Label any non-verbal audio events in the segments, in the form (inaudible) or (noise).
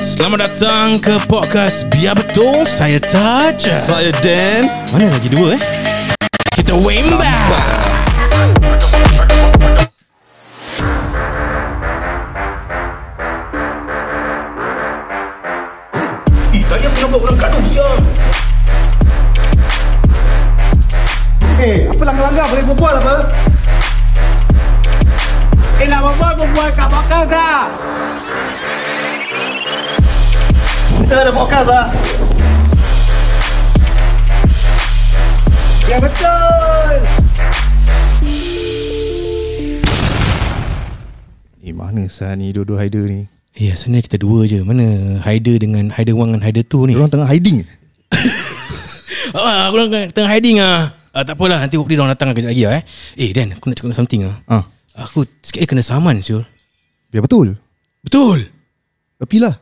Selamat datang ke podcast Biar Betul Saya Taj Saya Dan Mana lagi dua eh? Kita Wemba Saya punya buat orang gaduh dia. Eh, apa langgar-langgar boleh berbual apa? Eh, nak berbual berbual kat podcast lah. Kita ada podcast lah. Ya betul. Eh mana sah ni dua-dua hider ni Ya sebenarnya kita dua je Mana Haider dengan Haider 1 dengan Haider 2 ni Diorang tengah hiding ah, Aku orang tengah hiding ah. ah tak apalah nanti hopefully diorang datang kejap lagi ah, eh. Eh Dan aku nak cakap something ah. Ah, Aku sikit dia kena saman Syul Biar betul Betul Tapi lah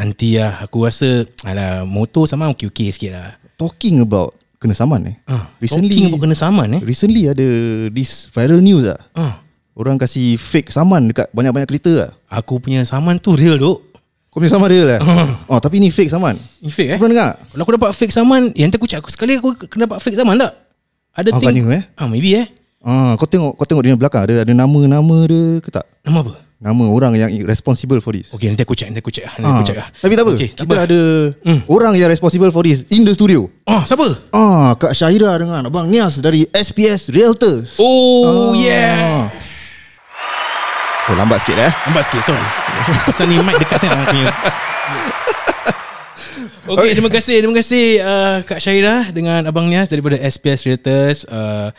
Nanti lah aku rasa Alah motor sama okey-okey sikit lah Talking about Kena saman eh ah, Recently- Talking pun kena saman eh Recently ada This viral news lah ah, Orang kasi fake saman Dekat banyak-banyak kereta lah Aku punya saman tu real duk Kau punya saman real lah Oh tapi ni fake saman Ni fake Ah. Kau eh pernah dengar? Kalau aku dapat fake saman Yang nanti aku cakap Sekali aku kena dapat fake saman tak Ada Ah, thing katanya, eh? ah, Maybe eh Ah, kau tengok kau tengok dia punya belakang ada ada nama-nama dia ke tak? Nama apa Nama orang yang responsible for this. Okay nanti aku check Nanti aku check ah, Nanti Ah, aku check ah. Tapi tak apa. okay, Hmm. kita ada orang yang responsible for this in the studio. Oh siapa Ah, Kak Syahira dengan Abang Nias dari SPS Realtors. Ah. Oh yeah Oh, lambat sikit lah eh. Lambat sikit sorry Pasal ni mic dekat sangat (laughs) punya Okay, okay, terima kasih Terima kasih uh, Kak Syairah Dengan Abang Nias Daripada SPS Realtors uh,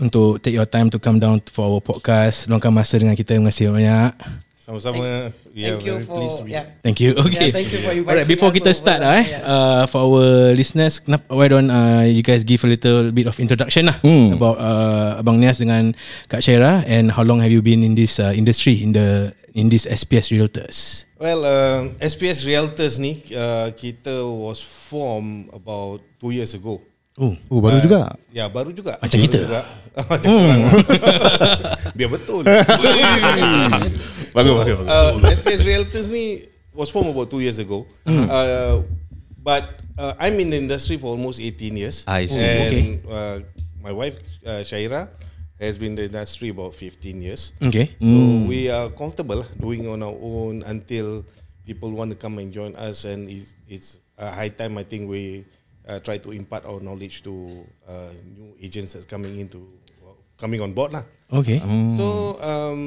Untuk take your time To come down For our podcast Luangkan masa dengan kita Terima kasih banyak Sama-sama. We are Thank you very for pleased to ya. be yeah. Thank you (laughs) Okay Yeah, thank you for inviting Alright, before us kita over. start lah eh Yeah. uh, For our listeners kenapa, Why don't uh, you guys Give a little bit of introduction lah Hmm. About uh, Abang Nias dengan Kak Syairah And how long have you been In this uh, industry In the in this SPS Realtors Well, um, SPS Realtors ni uh, kita was formed about two years ago. Oh Oh, baru Uh, juga. Ya, baru juga. Macam baru kita. Juga. (laughs) Macam orang. (laughs) Biar betul. Bagus, so, bagus, Uh, SPS Realtors ni was formed about two years ago. Uh, but uh, I'm in the industry for almost 18 years. I see. And Okay. uh, my wife, uh, Shaira, has been in the industry about 15 years. Okay So we are comfortable doing on our own until people want to come and join us, and it's, it's uh, high time I think we uh, try to impart our knowledge to uh, new agents that's coming into coming on board lah. Okay Hmm. So um,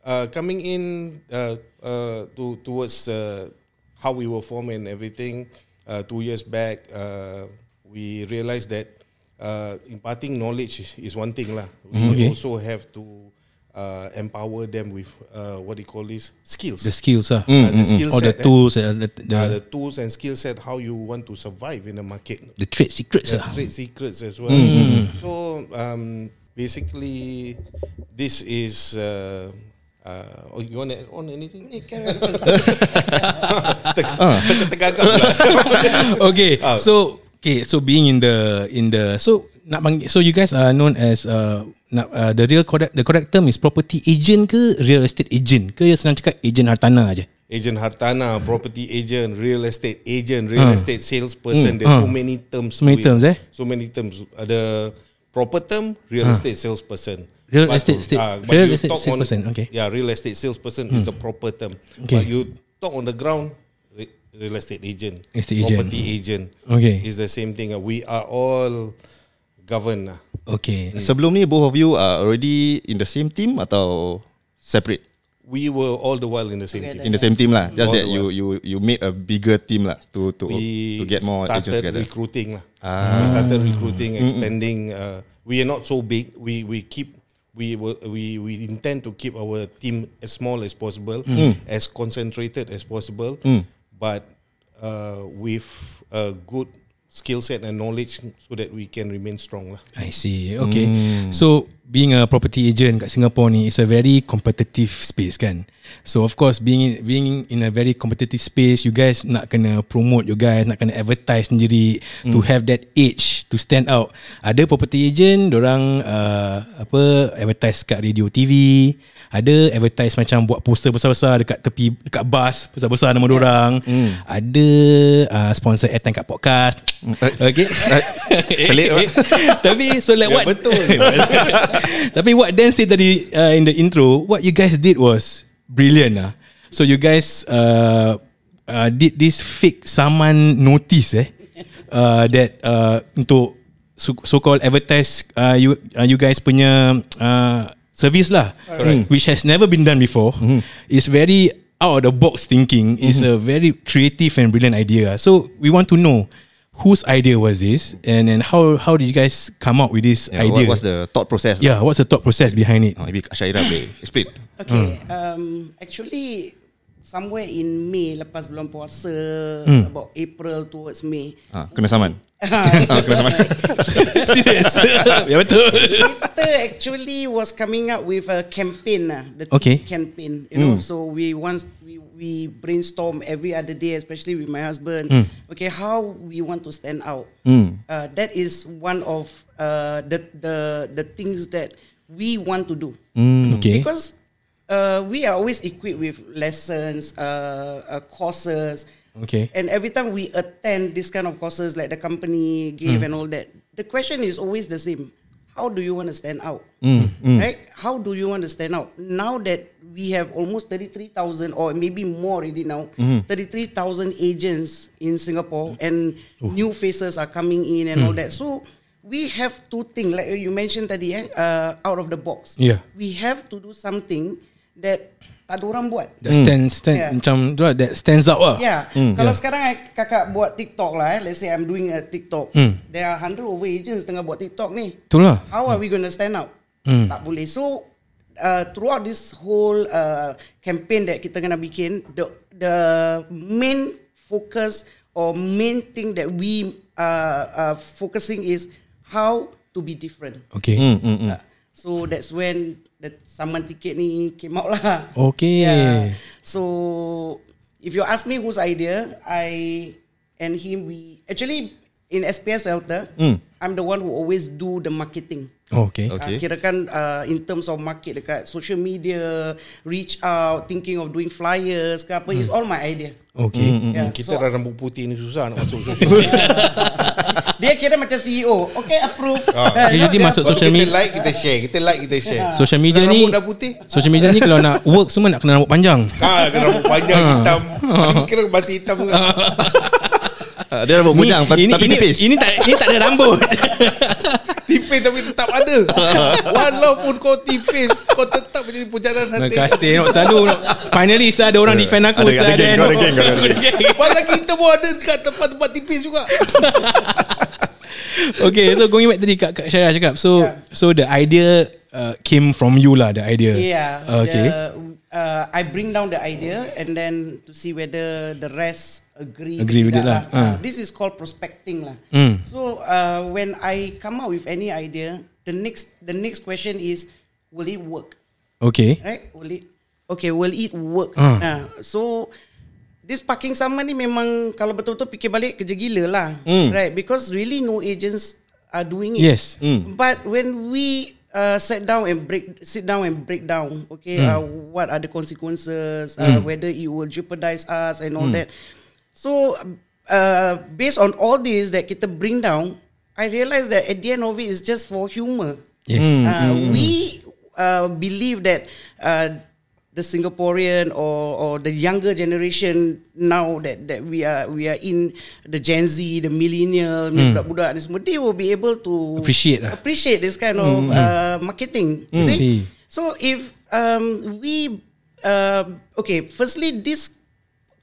uh, coming in uh, uh, to, towards uh, how we were formed and everything, uh, two years back, uh, we realized that uh, imparting knowledge is, is one thing lah. We Mm. okay. also have to uh, empower them with uh, what do you call this skills, The skills ah Uh, the skill Or the set, eh? tools uh, the, the, Uh, the tools and skill set how you want to survive in the market. the trade secrets Yeah, ah trade secrets as well. So um, basically, this is. Uh, uh, oh, you want to add on anything? (laughs) Teka- Tergagap lah. (laughs) Okay So Okay so being in the In the So nak panggil, So you guys are known as uh, nak, uh, The real correct The correct term is Property agent ke Real estate agent Ke yang senang cakap Agent hartanah je Agent hartana, property agent, real estate agent, real estate salesperson. There's so many Ah. Mm, terms. So many to it. terms, eh? Ah. So many terms. Ada proper term, real estate salesperson. ah, Real estate sta- but real you estate talk on- salesperson, okay. Hmm. Yeah, real estate salesperson is the proper term. Okay. But you talk on the ground, re- real estate agent, Estate agent. property agent. Okay. It's the same thing. We are all governed. ah. lah. Okay Sebelum ni both of you are already in the same team atau separate? We were all the while in the same team. In the same team lah. Just All that the you you you made a bigger team lah to to we to get more agents started together. (laughs) recruiting lah. We started recruiting, expanding. Uh, we are not so big. We we keep we will, we we intend to keep our team as small as possible, as concentrated as possible, but uh, with a good skill set and knowledge so that we can remain strong lah. I see. Okay. So being a property agent kat Singapore ni is a very competitive space kan. So of course being in, being in a very competitive space, you guys nak kena promote you guys, nak kena advertise sendiri to have that edge to stand out. Ada property agent, orang uh, apa advertise kat radio TV, ada advertise macam buat poster besar-besar dekat tepi dekat bus besar-besar nama yeah. orang. Ada uh, sponsor airtime kat podcast. Hmm. (laughs) Uh, Okay. Selit orang. (laughs) Tapi so like Ya, what (laughs) betul. (laughs) Tapi what Dan said tadi uh, in the intro, what you guys did was brilliant lah. So you guys uh, uh, did this fake saman notice eh uh, that uh, untuk so, so-called advertise uh, you uh, you guys punya uh, service lah, Correct. which has never been done before. Mm-hmm. It's very out of the box thinking. It's a Mm-hmm. very creative and brilliant idea. So we want to know. Whose idea was this, and and how how did you guys come up with this Yeah, idea? what was the thought process? lah? Yeah, what's the thought process behind (laughs) it? Oh, maybe Ashaira boleh explain. Okay, um, actually somewhere in May lepas bulan puasa, about April towards May. Ha, kena saman. Serious. ya betul. Kita actually was coming up with a campaign lah, the Okay. tea campaign. You know, so we once we we brainstorm every other day, especially with my husband. Okay, how we want to stand out. Uh, that is one of uh, the the the things that we want to do. Hmm, Okay. Because uh, we are always equipped with lessons, uh, uh, courses. Okay. And every time we attend this kind of courses, like the company gave Mm. and all that, the question is always the same: How do you want to stand out? Mm, Right? How do you want to stand out? Now that we have almost thirty-three thousand, or maybe more already now, Mm-hmm. thirty-three thousand agents in Singapore, and new faces are coming in and Mm. all that. So we have to think, like you mentioned tadi, eh, uh, out of the box. Yeah. We have to do something that tak ada orang buat. That stand stand Yeah. macam tu lah, that stands out lah. Yeah. Kalau sekarang I, kakak buat TikTok lah, eh. let's say I'm doing a TikTok. There are hundred over agents tengah buat TikTok ni. Itulah. How are we going to stand out? Tak boleh. So uh, throughout this whole uh, campaign that kita kena bikin, the the main focus or main thing that we uh, uh, focusing is how to be different. Okay. Uh, so that's when the saman ticket ni came out lah. Okay. Yeah. So if you ask me whose idea, I and him we actually in SPS Welter, Hmm. I'm the one who always do the marketing. Oh, Okay. Okay. Uh, kirakan uh, in terms of market dekat social media, reach out, thinking of doing flyers ke apa, it's Hmm. all my idea. Okay. Yeah. Kita So, dah rambut putih ni susah nak masuk social media. dia kira macam CEO. Okay, approve. Ah. Eh, Jadi (laughs) You know, dia- masuk social Kalau media Kita like, kita share. Kita like, kita share. social media Kalau ni Rambut dah putih. social media ni kalau nak work semua nak kena rambut panjang. Ah, kena rambut panjang hitam. Ini kira masih hitam ke? Uh, dia rambut mujang tapi, tapi ini, tipis. Ini tak ini tak ada (laughs) rambut. Tipis tapi tetap (laughs) ada. Walaupun kau tipis, kau tetap menjadi pujaan Terima hati. kasih Nok selalu Nok. Finally saya ada orang defend aku Ada- ada Saya geng, kau ada geng, kau ada (laughs) geng. Pasal kita pun ada dekat tempat-tempat tipis juga. Okay so going back tadi Kak, Kak Syarah cakap So Yeah. so the idea uh, Came from you lah The idea Yeah. Ah, Okay The, uh, I bring down the idea and then to see whether the rest agree. Agree with it tidak lah. Ah. Hmm. This is called prospecting lah. So uh, when I come up with any idea, the next the next question is, will it work? Okay Right? Will it? Okay, will it work? Ah. Ah, so this parking sama ni memang kalau betul-betul fikir balik kerja gila lah, right? Because really no agents are doing Hmm. it. Yes. But when we uh, sit down and break, sit down and break down, okay, uh, what are the consequences? Uh, whether it will jeopardize us and all that. So, uh, based on all this that kita bring down, I realize that at the end of it is just for humor. Yes Uh, we uh, believe that uh, the Singaporean or, or the younger generation now that, that we are we are in the Gen Z, the millennial, budak-budak ni semua, they will be able to Appreciate lah. Mm-hmm. appreciate this kind of uh, marketing. you See? See. So if um, we uh, okay, firstly this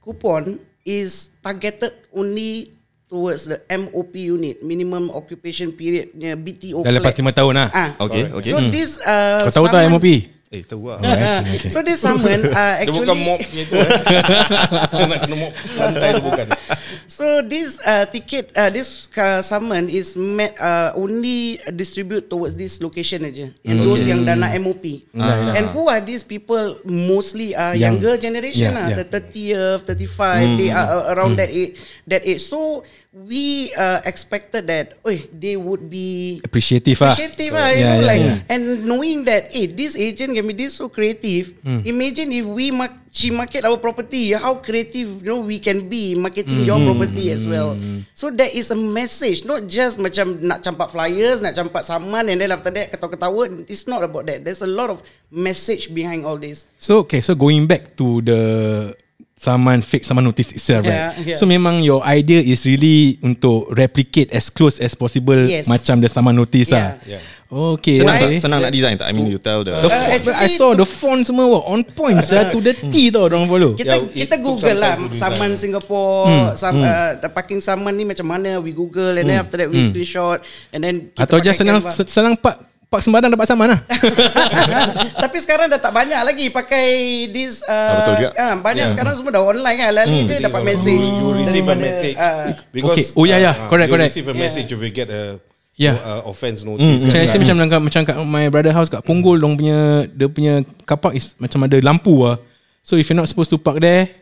coupon is targeted only towards the MOP unit, minimum occupation period, punya BTO. Dah lepas flat. 5 tahun lah Ah. Okay, okay. So this uh, Kau tahu tak saman- MOP (laughs) Eh, tahu lah. So this summon Dia uh, actually bukan mop punya tu. Eh. Dia nak kena mop lantai tu bukan. So this uh, ticket, uh, this uh, summon is met, uh, only distribute towards this location aja. Yang Mm. okay. those yang dah nak MOP. Uh-huh. And who are these people? Mostly are Young. younger generation Yeah, ah, yeah. Mm. the 30th, 35. They are uh, around that age. That age. So we uh, expected that, oh, they would be Appreciative ah. appreciative ah, Yeah, you know, yeah, like yeah. and knowing that hey, this agent can be this so creative. Hmm. Imagine if we mar- she market our property, how creative you know we can be marketing your Hmm. property as well. So that is a message, not just macam nak campak flyers, nak campak saman, and then after that ketawa-ketawa. It's not about that. There's a lot of message behind all this. So okay, so going back to the saman fake saman notice itself, Yeah, right? yeah. So memang your idea is really untuk replicate as close as possible Yes. macam the saman notice Yeah. ah. Ya. Okay. Senang okay. tak, senang nak design tak? I mean, you tell the... The font, actually I saw the font semua were on point sah to the T tau orang follow. Kita Yeah, it kita took Google some lah time to design. Hmm. saman Hmm. Singapore, sam, Uh, the parking saman ni macam mana we Google and then after that we screenshot and then kita Hmm. Atau pakai just senang Canva. senang pak pak sembarang dapat saman (laughs) lah. Tapi sekarang dah tak banyak lagi pakai this uh, betul juga. ah, banyak Ya. yeah. sekarang semua dah online kan. Lali Hmm. je dapat Hmm. message. You receive a daripada, message ah, because Okay. Oh, yeah, yeah. ah, Correct, you correct. receive a message if you get a Yeah. Mm, uh, offense notice. Macam kan? saya macam kat, macam kat my brother house kat Punggol dong punya dia punya kapak is macam ada lampu ah. So if you're not supposed to park there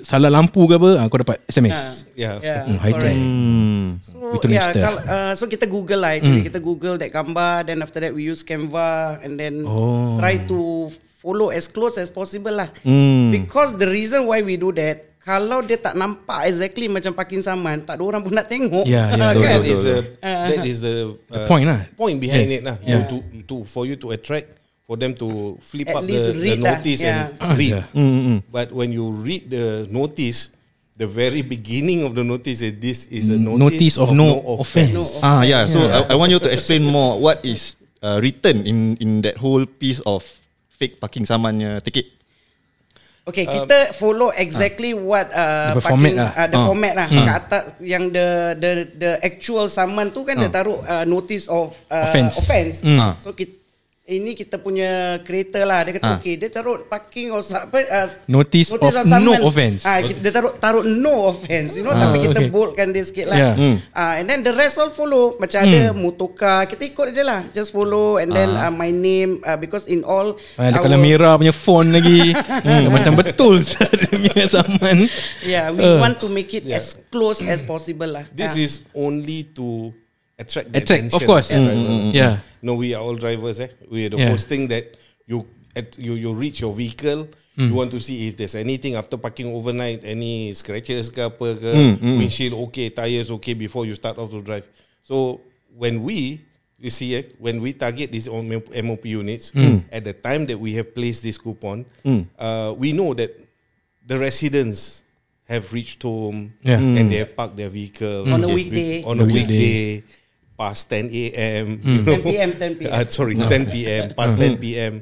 salah lampu ke apa ah, kau dapat SMS. Yeah. yeah, Hmm, high tech. correct. Itu Ya. So, yeah, Napster. Hmm. kalau, uh, so kita Google lah actually. Kita Google that gambar then after that we use Canva and then Oh. try to follow as close as possible lah. Hmm. Because the reason why we do that kalau dia tak nampak exactly macam parking saman, tak ada orang pun nak tengok. Yeah, yeah. (laughs) Kan? that betul, is a Uh-huh. that is the, The uh, point lah. point behind Yes. it lah. Yeah. You to to for you to attract for them to flip At up least the, the read lah, notice and yeah. Ah, read. yeah. But when you read the notice, the very beginning of the notice is this is a notice, Notice of no offence. offence. No Ah, yeah. So I, I want you to explain more what is uh, written in in that whole piece of fake parking samannya ticket. Okay, kita follow exactly what uh, Dia punya format lah. uh, the Ah. format lah. Kat atas yang the the the actual summon tu Ah. kan dia taruh uh, notice of uh, Offence. offence. Mm. Ah. So kita, ini kita punya kereta lah. Dia kata okay, dia taruh parking or sa- apa uh, Notice of no summon. offence. Ah, kita, dia taruh taruh no offence. You know, tapi kita okay. Hmm. boldkan dia sikit lah. Yeah. Ah, and then the rest all follow. Macam ada Hmm. motoka, kita ikut je lah. Just follow and then uh, my name uh, because in all Ah, ada our- kalau merah punya font lagi hmm. macam betul (laughs) sah dia punya saman. Yeah, we Uh. want to make it as close as possible lah. This Ah. is only to attract the Attract, attention of course. the Mm, driver. mm, mm. Yeah. No, we are all drivers. Eh, we are the Yeah. first thing that you at, you you reach your vehicle. Hmm. You want to see if there's anything after parking overnight, any scratches ke apa ke, Hmm, windshield okay, tires okay before you start off to drive. So when we you see eh, when we target these on MOP units Hmm. at the time that we have placed this coupon, uh, we know that the residents have reached home Yeah. Hmm. and they have parked their vehicle On a They've weekday. been- on A a weekday weekday. Hmm. past 10 a.m. you know. 10 p.m., 10 p.m. Ah, sorry, 10 p.m. past Mm. 10 p.m.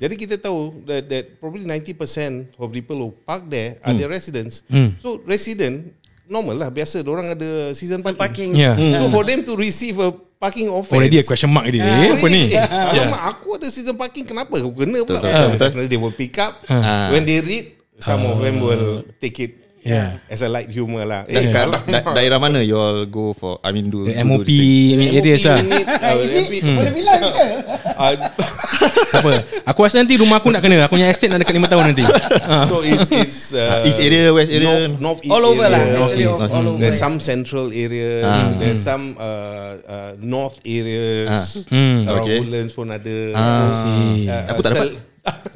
Jadi kita tahu that, that probably 90% of people who park there are Mm. their residents. So resident normal lah biasa orang ada season Open parking. parking. Yeah. So for them to receive a parking offense Oh, Already a question mark Mm. dia. Eh, apa (laughs) ni? Eh, alamak, aku ada season parking kenapa aku kena pula? Betul, betul. Definitely they will pick up Ah. when they read some of them will take it Ah. Yeah. as a light humor lah. Da- Eh, da- alamak. da- daerah mana you all go for? I mean, do, The do MOP this thing? ni areas lah. Hmm. Minit, Ah, ah, ini tapi- boleh bilang ke? Ah, (laughs) Apa? Aku rasa nanti rumah aku nak kena. Aku punya estate nak dekat 5 tahun (laughs) nanti. Ah. So it's (laughs) it's uh, Ah, East area, west area. north, north east All over lah. area. Actually, all, all over. There's some central areas, Ah. there's some uh, uh, north areas, Ah. around Okay. Woodlands pun ada. Ah. So, uh, Aku tak dapat. sel-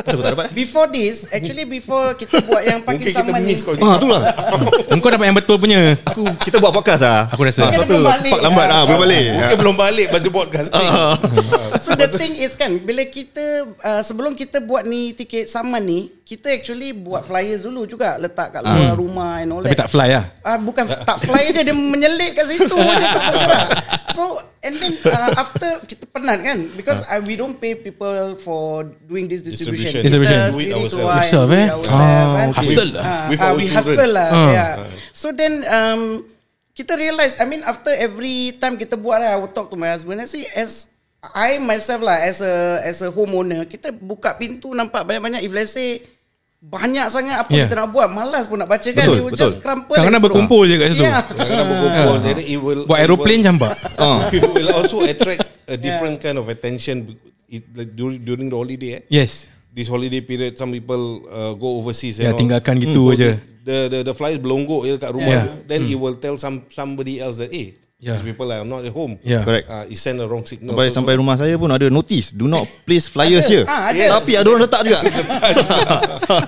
Aku tak dapat. Before this, actually before kita buat yang Mungkin pakai kita saman ni, miss kau. Ah, tu lah. Engkau dapat yang betul punya. Aku kita buat podcast ah. Aku rasa. Ah, Kan sebab tu belum balik. pak lambat ah, belum balik. Mungkin belum balik pasal podcasting. so (laughs) the thing is kan, bila kita uh, sebelum kita buat ni tiket saman ni, kita actually buat flyers dulu juga letak kat luar rumah and all Hmm. Tapi tak that. fly lah. Ah uh, bukan tak fly dia dia menyelit kat situ je tak bergerak. So and then uh, after kita penat kan because Ah. uh, we don't pay people for doing this distribution. Distribution. Kita Do it sendiri ourselves. keluar and Yourself, do eh? it ourselves, Ah, kan. okay. Hustle lah. Ah, With ah, our we children. hustle lah. Ah. Yeah. So then um kita realise I mean after every time kita buat lah, I would talk to my husband and say as I myself lah as a as a homeowner kita buka pintu nampak banyak-banyak if let's say banyak sangat apa Yeah. yeah. kita nak buat malas pun nak baca kan Betul, you will betul. just crumple Kadang-kadang and throw. berkumpul je kat situ. yeah. Kadang-kadang berkumpul, then it will Buat it will- aeroplane campak. Ah. (laughs) it will also attract (laughs) a different kind of attention be- it, like, during, during the holiday. Eh. Yes. This holiday period, some people uh, go overseas. Ya and all. tinggalkan gitu Ya. Hmm. So je. this- The the the flies belonggok je dekat rumah. Yeah. Then it will tell some somebody else that eh, Yeah. these people are not at home. Yeah. Correct. Uh, it send a wrong signal. Sampai, sampai rumah saya pun ada notice Do (laughs) not place flyers Ada. here Ah, ada. Tapi ada orang letak juga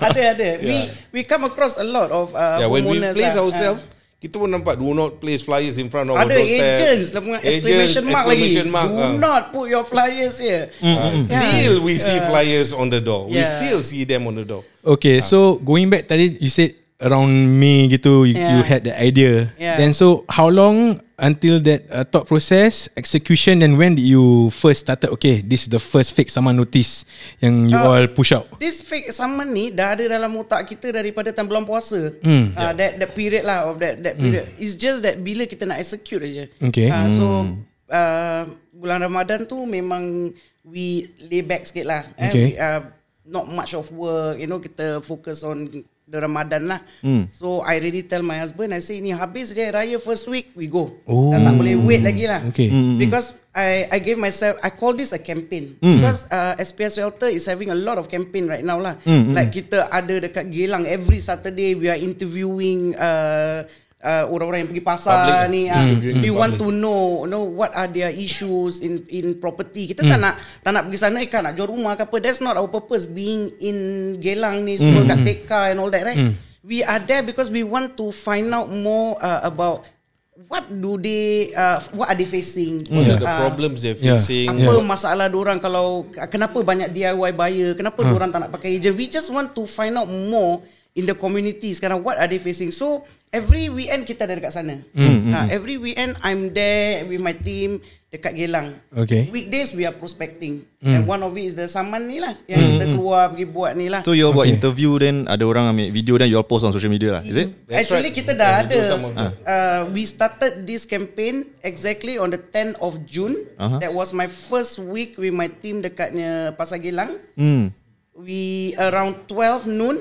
ada (laughs) ada we we come across a lot of uh, yeah, when we homeowners place lah. Ah, ourselves, kita pun nampak do not place flyers in front of Ada our doorstep. agents lah punya exclamation mark exclamation lagi. mark, Do ah. not put your flyers here. Hmm. Mm, Still we see flyers on the door. We Yeah. still see them on the door. Okay, so going back tadi you said around May gitu you, you Yeah. had the idea. Yeah. Then so how long until that uh, thought process, execution and when did you first started okay, this is the first fake someone notice yang you Oh. all push out. This fake summon ni dah ada dalam otak kita daripada time bulan puasa. Mm. Uh, that that period lah of that that period. Mm. It's just that bila kita nak execute aja. Okay. Hmm. Uh, so uh, bulan Ramadan tu memang we lay back sikit lah. Eh? Okay. We, uh, not much of work, you know kita focus on the Ramadan lah. Hmm. Mm. So I really tell my husband I say ni habis je raya first week we go. Oh. Dah tak boleh wait lagi lah. Okay. Mm. Because I I gave myself I call this a Hmm. campaign because uh, SPS Realtor is having a lot of campaign right now lah. Hmm, Like kita ada dekat Geylang every Saturday we are interviewing uh, uh, orang-orang yang pergi pasar Public. Hmm. ni. ah. Interviewing We public. want to know you know what are their issues in in property. Kita tak nak tak nak pergi sana eh kan nak jual rumah ke apa. That's not our purpose being in Geylang ni semua kat TK and all that right. We are there because we want to find out more uh, about what do they uh, what are they facing What are the Uh, problems they're Yeah. facing? apa Yeah. masalah diorang kalau kenapa banyak DIY buyer kenapa diorang tak nak pakai agent we just want to find out more in the community sekarang what are they facing so every weekend kita ada dekat sana ha, every weekend I'm there with my team dekat Geylang Okay. weekdays we are prospecting and one of it is the saman ni lah yang kita keluar pergi buat ni lah So you all buat Okay. interview Then ada orang ambil video Then you all post on social media lah Is it? That's Actually right. kita Yeah, we dah do ada some of that. uh, We started this campaign Exactly on the 10th of June Aha. uh-huh. That was my first week With my team dekatnya Pasar Gilang Hmm. We around 12 noon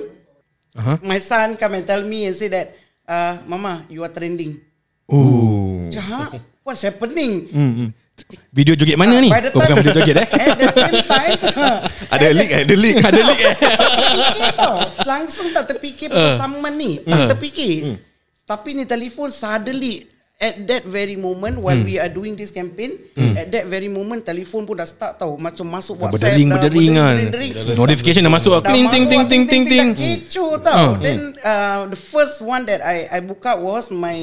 Aha. My son come and tell me And say that uh, Mama you are trending Ooh. Jahat What's happening Video joget mana ni? Ah, By the Oh Hmm. bukan time- video joget (laughs) eh. At the same time (laughs) Ada link eh? Ada (laughs) link Ada link eh. fikir tau. Langsung tak terfikir pasal Uh. saman ni. Tak Hmm. terfikir. Tapi ni telefon suddenly at that very moment while Hmm. we are doing this campaign, at that very moment telefon pun dah start tau. Macam masuk WhatsApp. Berdering dah, berdering kan. berdering, berdering. Notification dah masuk. ah. Dah Ting ting masuk, ting ting ting ting. Dah kecoh tau. Ah. Then uh, the first one that I I book up was my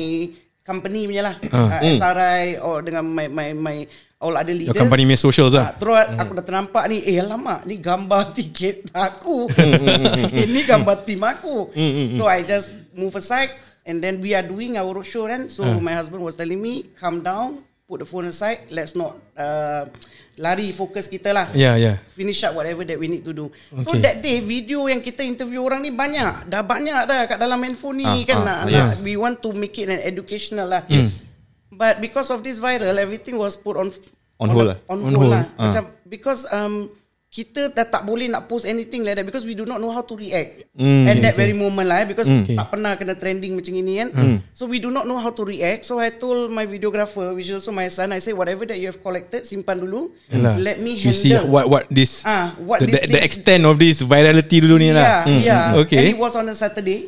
company punya lah. Ah, Uh, SRI or dengan my my my all other leaders. hmm. Your company punya socials lah. Ah, Terus aku dah ternampak ni Eh lama Ni gambar (laughs) tiket aku Hmm, (laughs) Ini gambar tim aku So I just move aside And then we are doing our roadshow kan So Ah. my husband was telling me Calm down Put the phone aside Let's not uh, Lari fokus kita lah Yeah, yeah. Finish up whatever that we need to do So Okay. that day Video yang kita interview orang ni banyak Dah banyak dah Kat dalam handphone ni Ah, kan ah, yes. nak, nak, We want to make it an educational lah Yes But because of this viral Everything was put on On hold lah. On, On hold, hold. lah Macam Because um, Kita dah tak boleh nak post anything like that Because we do not know how to react At that very moment lah eh, Because tak pernah kena trending macam ini kan So we do not know how to react So I told my videographer Which is also my son I say whatever that you have collected Simpan dulu Yalah. Let me handle You see what what this Ah, the, what this the, the thing- extent of this virality dulu ni lah. Mm-hmm. Yeah, yeah. mm, Okay. Mm. And it was on a Saturday.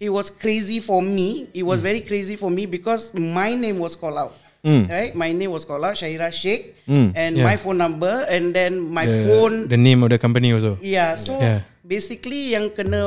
It was crazy for me. It was very crazy for me because my name was called out. Right? My name was called out, Shaira Sheikh, and Mm. Yeah. my phone number, and then my the, phone. the name of the company also. yeah. So Yeah. basically, yang kena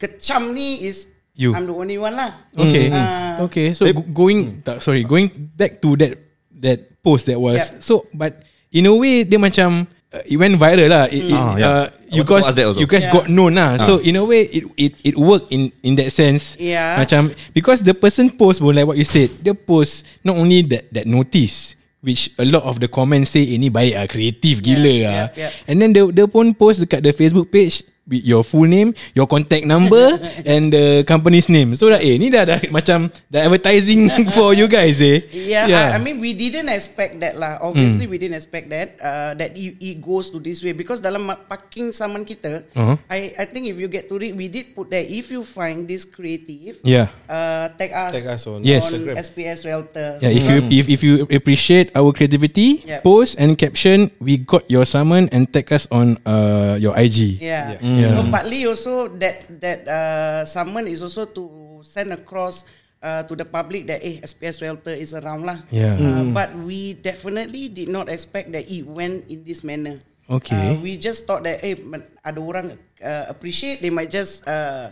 kecam ni is You. I'm the only one lah. Okay. Ah. okay. So mm. go- going tak, sorry, going back to that that post that was Yeah. so but in a way dia macam uh, it went viral lah. It, it, Ah, yeah. uh, I you wanted to guys ask that also. you guys Mm. Yeah. got known lah. So in a way it it it worked in in that sense. Yeah. Macam because the person post pun like what you said, dia post not only that that notice which a lot of the comments say ini "Eh, baik ah kreatif gila yeah, ah. yeah. And then dia dia pun post dekat the Facebook page with your full name, your contact (laughs) number and the company's name. So that eh ni dah dah macam the advertising (laughs) for you guys eh. Yeah, Ya, I, I mean we didn't expect that lah. Hmm. Obviously we didn't expect that uh, that it, it goes to this way because dalam ma- parking saman kita, Uh-huh. I I think if you get to read, we did put that if you find this creative, Yeah. uh, tag us, Tag us on Yes. on Instagram. SPS Realtor. Yeah, Ya, if you if, if you appreciate our creativity, Yep. post and caption, we got your summon and tag us on uh your IG. Yeah. Yeah. So partly also that that uh, summon is also to send across uh, to the public that eh, SPS Realtor is around lah. Yeah. Uh, But we definitely did not expect that it went in this manner. Okay. Uh, we just thought that eh, men- ada orang uh, appreciate they might just uh,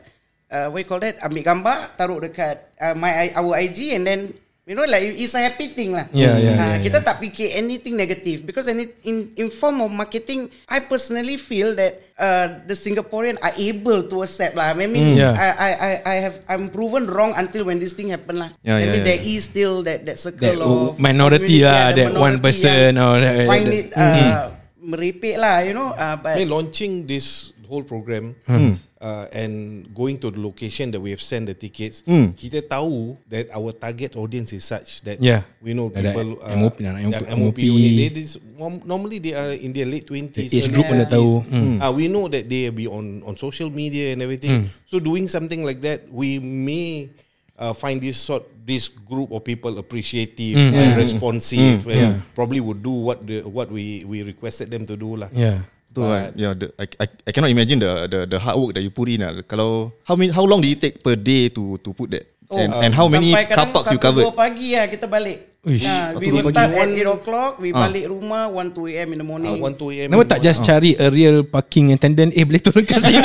uh, what you call that ambil gambar taruh dekat uh, my our IG and then you know like it's a happy thing lah. Yeah, yeah, Ah, yeah, kita tak fikir anything negative because any, in in form of marketing I personally feel that uh, the Singaporean are able to accept lah. I mean Yeah. I, I I I have I'm proven wrong until when this thing happen lah. Yeah, I yeah, mean yeah, there is still that that circle That of minority community, lah, ada that one minority person yang or that- hmm. find that- it uh, merepek lah you know uh, but I mean, launching this whole program Hmm. uh, and going to the location that we have sent the tickets, Hmm. kita tahu that our target audience is such that Yeah. we know Ada people uh, MOP, yang MOP, MOP MOP. unit. They, this, norm- normally they are in their late twenties. The age group pun dah tahu. Hmm. Uh, we know that they be on on social media and everything. So doing something like that, we may. Uh, find this sort this group of people appreciative Hmm. and responsive and probably would do what the what we we requested them to do lah. Yeah. Tu kan yeah, the, I, I, I cannot imagine the the the hard work that you put in lah. Kalau how many how long did it take per day to to put that? Oh, and, um, and how many uh, Sampai car kadang parks you satu, covered? dua pagi lah kita balik. Uish, Ah. Nah, satu, we dua will pagi. start at One- 8 o'clock. We balik rumah 1 2 a.m. in the morning. Uh, Ah, 1 2 a.m. Kenapa tak just cari a real parking attendant Eh boleh turun kat sini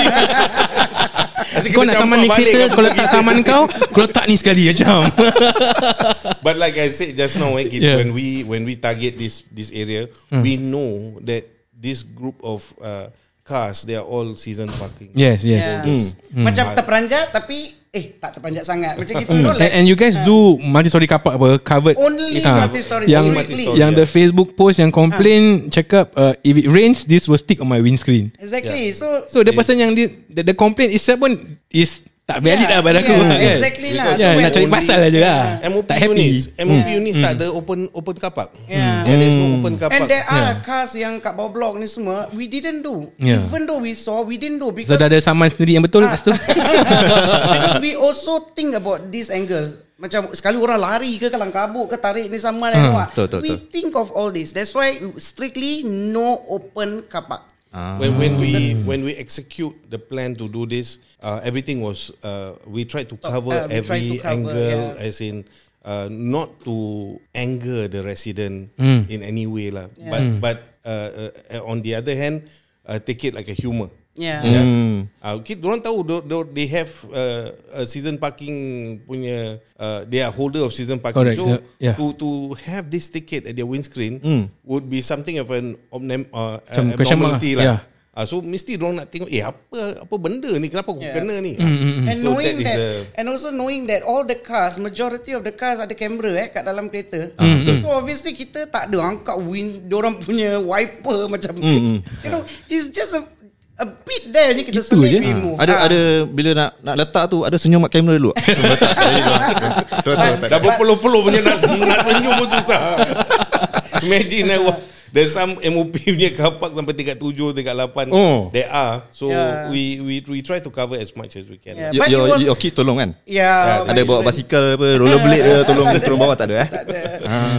Kau nak saman ni kan. kereta Kalau (laughs) tak saman kau Kalau tak ni sekali macam But like I said just now, eh, Yeah. kita- Hmm. when we when we target this this area, we know that this group of uh, cars they are all season parking. Hmm. Yes Yeah. yes Hmm. Macam terperanjat tapi eh tak terperanjat sangat. Macam gitu. you know, And, like and you guys do multi-story car park apa covered only Ah, multi stories yang- completely. multi-story. yang the Facebook post yang complain cakap uh, if it rains this will stick on my windscreen. Exactly. So eh. So the person yang di, the, the complaint itself pun is tak valid lah pada aku. yeah, kan? Exactly lah. Yeah, So nak cari only- pasal aja lah. MOP Tak happy. Hmm. units, MOP units tak ada open open car park. Yeah. There is no open car And park. there are cars yang kat bawah blok ni semua we didn't do. Yeah. Even though we saw, we didn't So do because dah ada saman sendiri yang Ah. betul kat situ. (laughs) Because we also think about this angle. Macam sekali orang lari ke kalang kabut ke tarik ni sama dan hmm, betul, betul, We betul. think of all this. That's why strictly no open car park. When when we when we execute the plan to do this, uh, everything was uh, we tried to cover uh, we tried every to cover, angle, yeah. as in uh, not to anger the resident in any way lah. But but uh, uh, on the other hand, uh, take it like a humor. Hmm. Yeah. Yeah. Uh, kita orang tahu do, do, they have uh, a season parking punya uh, they are holder of season parking Correct, so yeah. Hmm. to to have this ticket at their windscreen would be something of an omnem, Macam uh, Macam question mark abnormality lah. lah. Yeah. Yeah. Ah, so mesti orang nak tengok eh apa apa benda ni kenapa aku Yeah. yeah. kena Hmm, ni. And Mm-hmm. so knowing that, a- and also knowing that all the cars, majority of the cars ada kamera eh kat dalam kereta. So obviously kita tak ada angkat win, orang punya wiper (laughs) macam, you know, it's just a a bit there ni kita Itu je. selit we move. Ada Ah. ada bila nak nak letak tu ada (laughs) senyum kat kamera dulu. Sebelum letak. Jadi dorang- dorang- dorang tak dah berpeluh-peluh punya nak nak senyum pun susah. Imagine eh, wah, there's some MOP punya kapak sampai tingkat tujuh, tingkat lapan. Oh. There are. So Yeah. we we we try to cover as much as we can. Yeah. Yeah. Your, But it your, was- your kids tolong kan? Ah, Yeah, Ada bawa management. basikal apa rollerblade ke tolong turun bawah tak ada eh?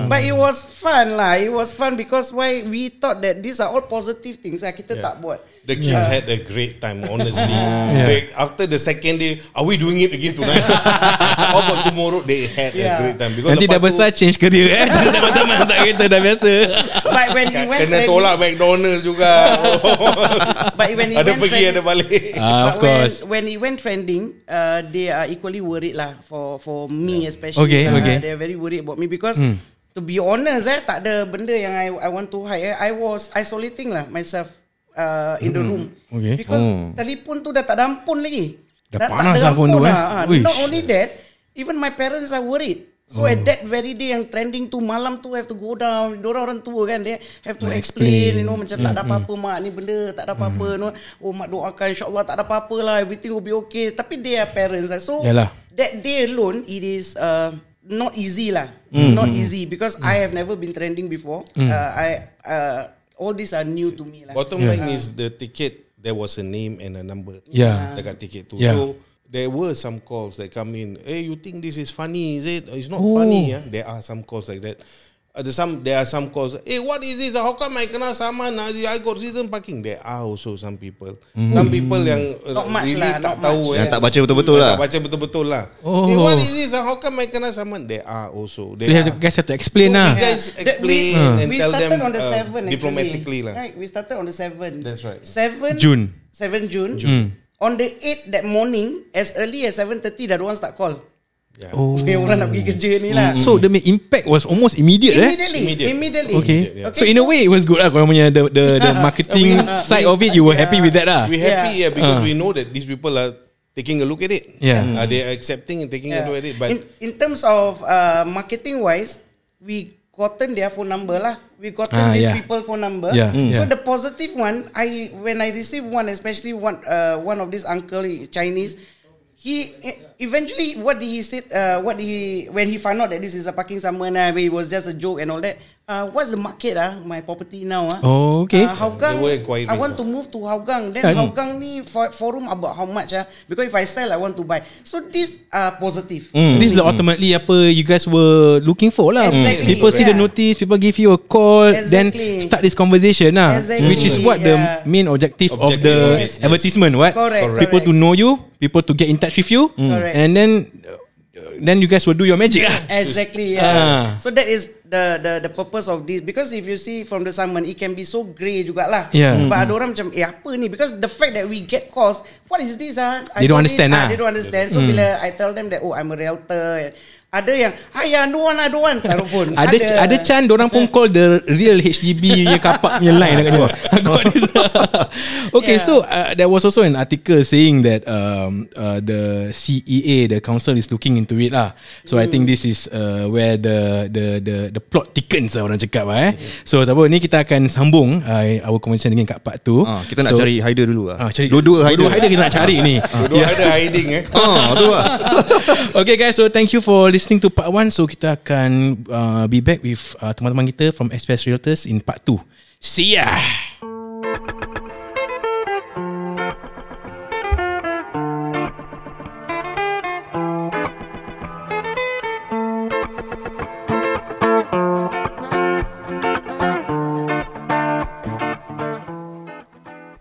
But it was fun lah. It was fun because why we thought that these are all positive things lah. Kita tak buat. The kids had a great time, honestly. Like, after the second day, are we doing it again tonight? How about tomorrow? They had Yeah. a great time. Because (laughs) Nanti dah lepas tu, besar change career eh. (laughs) Just sama saman tak kereta dah (laughs) biasa. But when (laughs) we went Kena tolak McDonald (laughs) juga But when it Ada went pergi trending- ada balik Ah, of But course. When, when it went trending, uh, they are equally worried lah for for me especially. Okay, lah. okay. Hmm. They're very worried about me because to be honest, eh, tak ada benda yang I I want to hide. Eh. I was isolating lah myself uh, in the room. Hmm. Okay. Because telefon tu dah tak ada ampun lagi. Dah Hmm. panas lah phone tu, eh. Ah, Uish. Not only that, even my parents are worried. So oh. at that very day yang trending tu malam tu have to go down. Diorang orang tua kan they have to Nak explain, explain. you know macam tak ada apa-apa mak ni benda tak ada apa-apa you know. Oh mak doakan insyaallah tak ada apa-apa lah everything will be okay. Tapi they are parents lah. So Yalah. that day alone it is uh, not easy lah. Not easy because I have never been trending before. Uh, I uh, all these are new to me lah. Bottom line is the ticket there was a name and a number. Yeah. Dekat ticket tu. Yeah. So there were some calls that come in. Hey, you think this is funny? Is it? It's not Oh. funny. Yeah. There are some calls like that. Uh, there's some there are some calls. Hey, what is this? How come I kena saman? I got season parking. There are also some people. Mm-hmm. Some people yang uh, Not much really lah, tak not tahu. much. eh. Yang tak baca betul-betul Yang lah. Tak baca betul-betul lah. Oh. Hey, what is this? How come I kena saman? There are So also. There you have to, are. guys have to explain So lah. you guys That we- explain and we tell started them on the uh, 7 actually. diplomatically lah. Right, we started on the 7. That's right. 7 June. Hmm. 7 June. On the 8 that morning, as early as 7.30 dah orang start call. Yeah. Oh. Okay, orang nak pergi kerja ni lah. So the main impact was almost immediate, Mm. eh? Immediately, Immediate. immediately. Okay. yeah. So in a way it was good lah Korang punya the, the, (laughs) the marketing side of it You were happy with that lah We happy yeah, Yeah. because we know that these people are taking a look at it. Yeah. Uh, they are accepting and taking a look at it. But in, in terms of uh, marketing wise, we gotten their phone number lah. We gotten Ah, these yeah. people phone number. Yeah, Mm. So yeah. the positive one, I when I received one, especially one uh, one of this uncle he- Chinese. He e- eventually, what did he said? Uh, what did he when he found out that this is a parking summon? Uh, it was just a joke and all that. Uh, what's the market? Ah, my property now. Ah, Oh, okay. Uh, There Hougang, were inquiries, I want ah. to move to Hougang. Then Kan? Hougang ni for, forum about how much? Ah, because if I sell, I want to buy. So these are positive. Hmm. This is ultimately apa you guys were looking for lah. Hmm. Hmm. Exactly, People see the yeah. notice, people give you a call, Exactly. then start this conversation lah. Exactly, Which is what yeah. the main objective, of Objective the of it, yes. advertisement, what? Correct, Correct. People to correct. know you, people to get in touch with you, Correct. and then uh, then you guys will do your magic lah. Exactly. Ah. Yeah. So that is the the the purpose of this because if you see from the summon, it can be so grey jugalah. Yeah. Hmm. Sebab ada orang macam eh apa ni because the fact that we get calls, what is this ah? I They don't told understand, it- ah. ah. They don't understand. So bila I tell them that oh I'm a realtor, ada yang ayah don't want, I don't want taruh phone. Ada ada chan orang pun call the real HDB punya kapak punya line dekat dia. I (laughs) got this. okay, Yeah. so uh, there was also an article saying that um, uh, the CEA the council is looking into it lah. So I think this is uh, where the the the the plot thickens lah orang cakap lah, eh. So tak apa ni kita akan sambung uh, our conversation dengan Kak Pak tu. Ah, kita nak So- cari Haider dulu Ah, lah. cari Dua-dua Ah, Haider. Dua-dua Haider kita nak cari ni. Dua ada hiding eh. Ah, tu lah. (laughs) okay guys, so thank you for listening to part 1. So kita akan uh, be back with uh, teman-teman kita from SPS Realtors in part 2. See ya!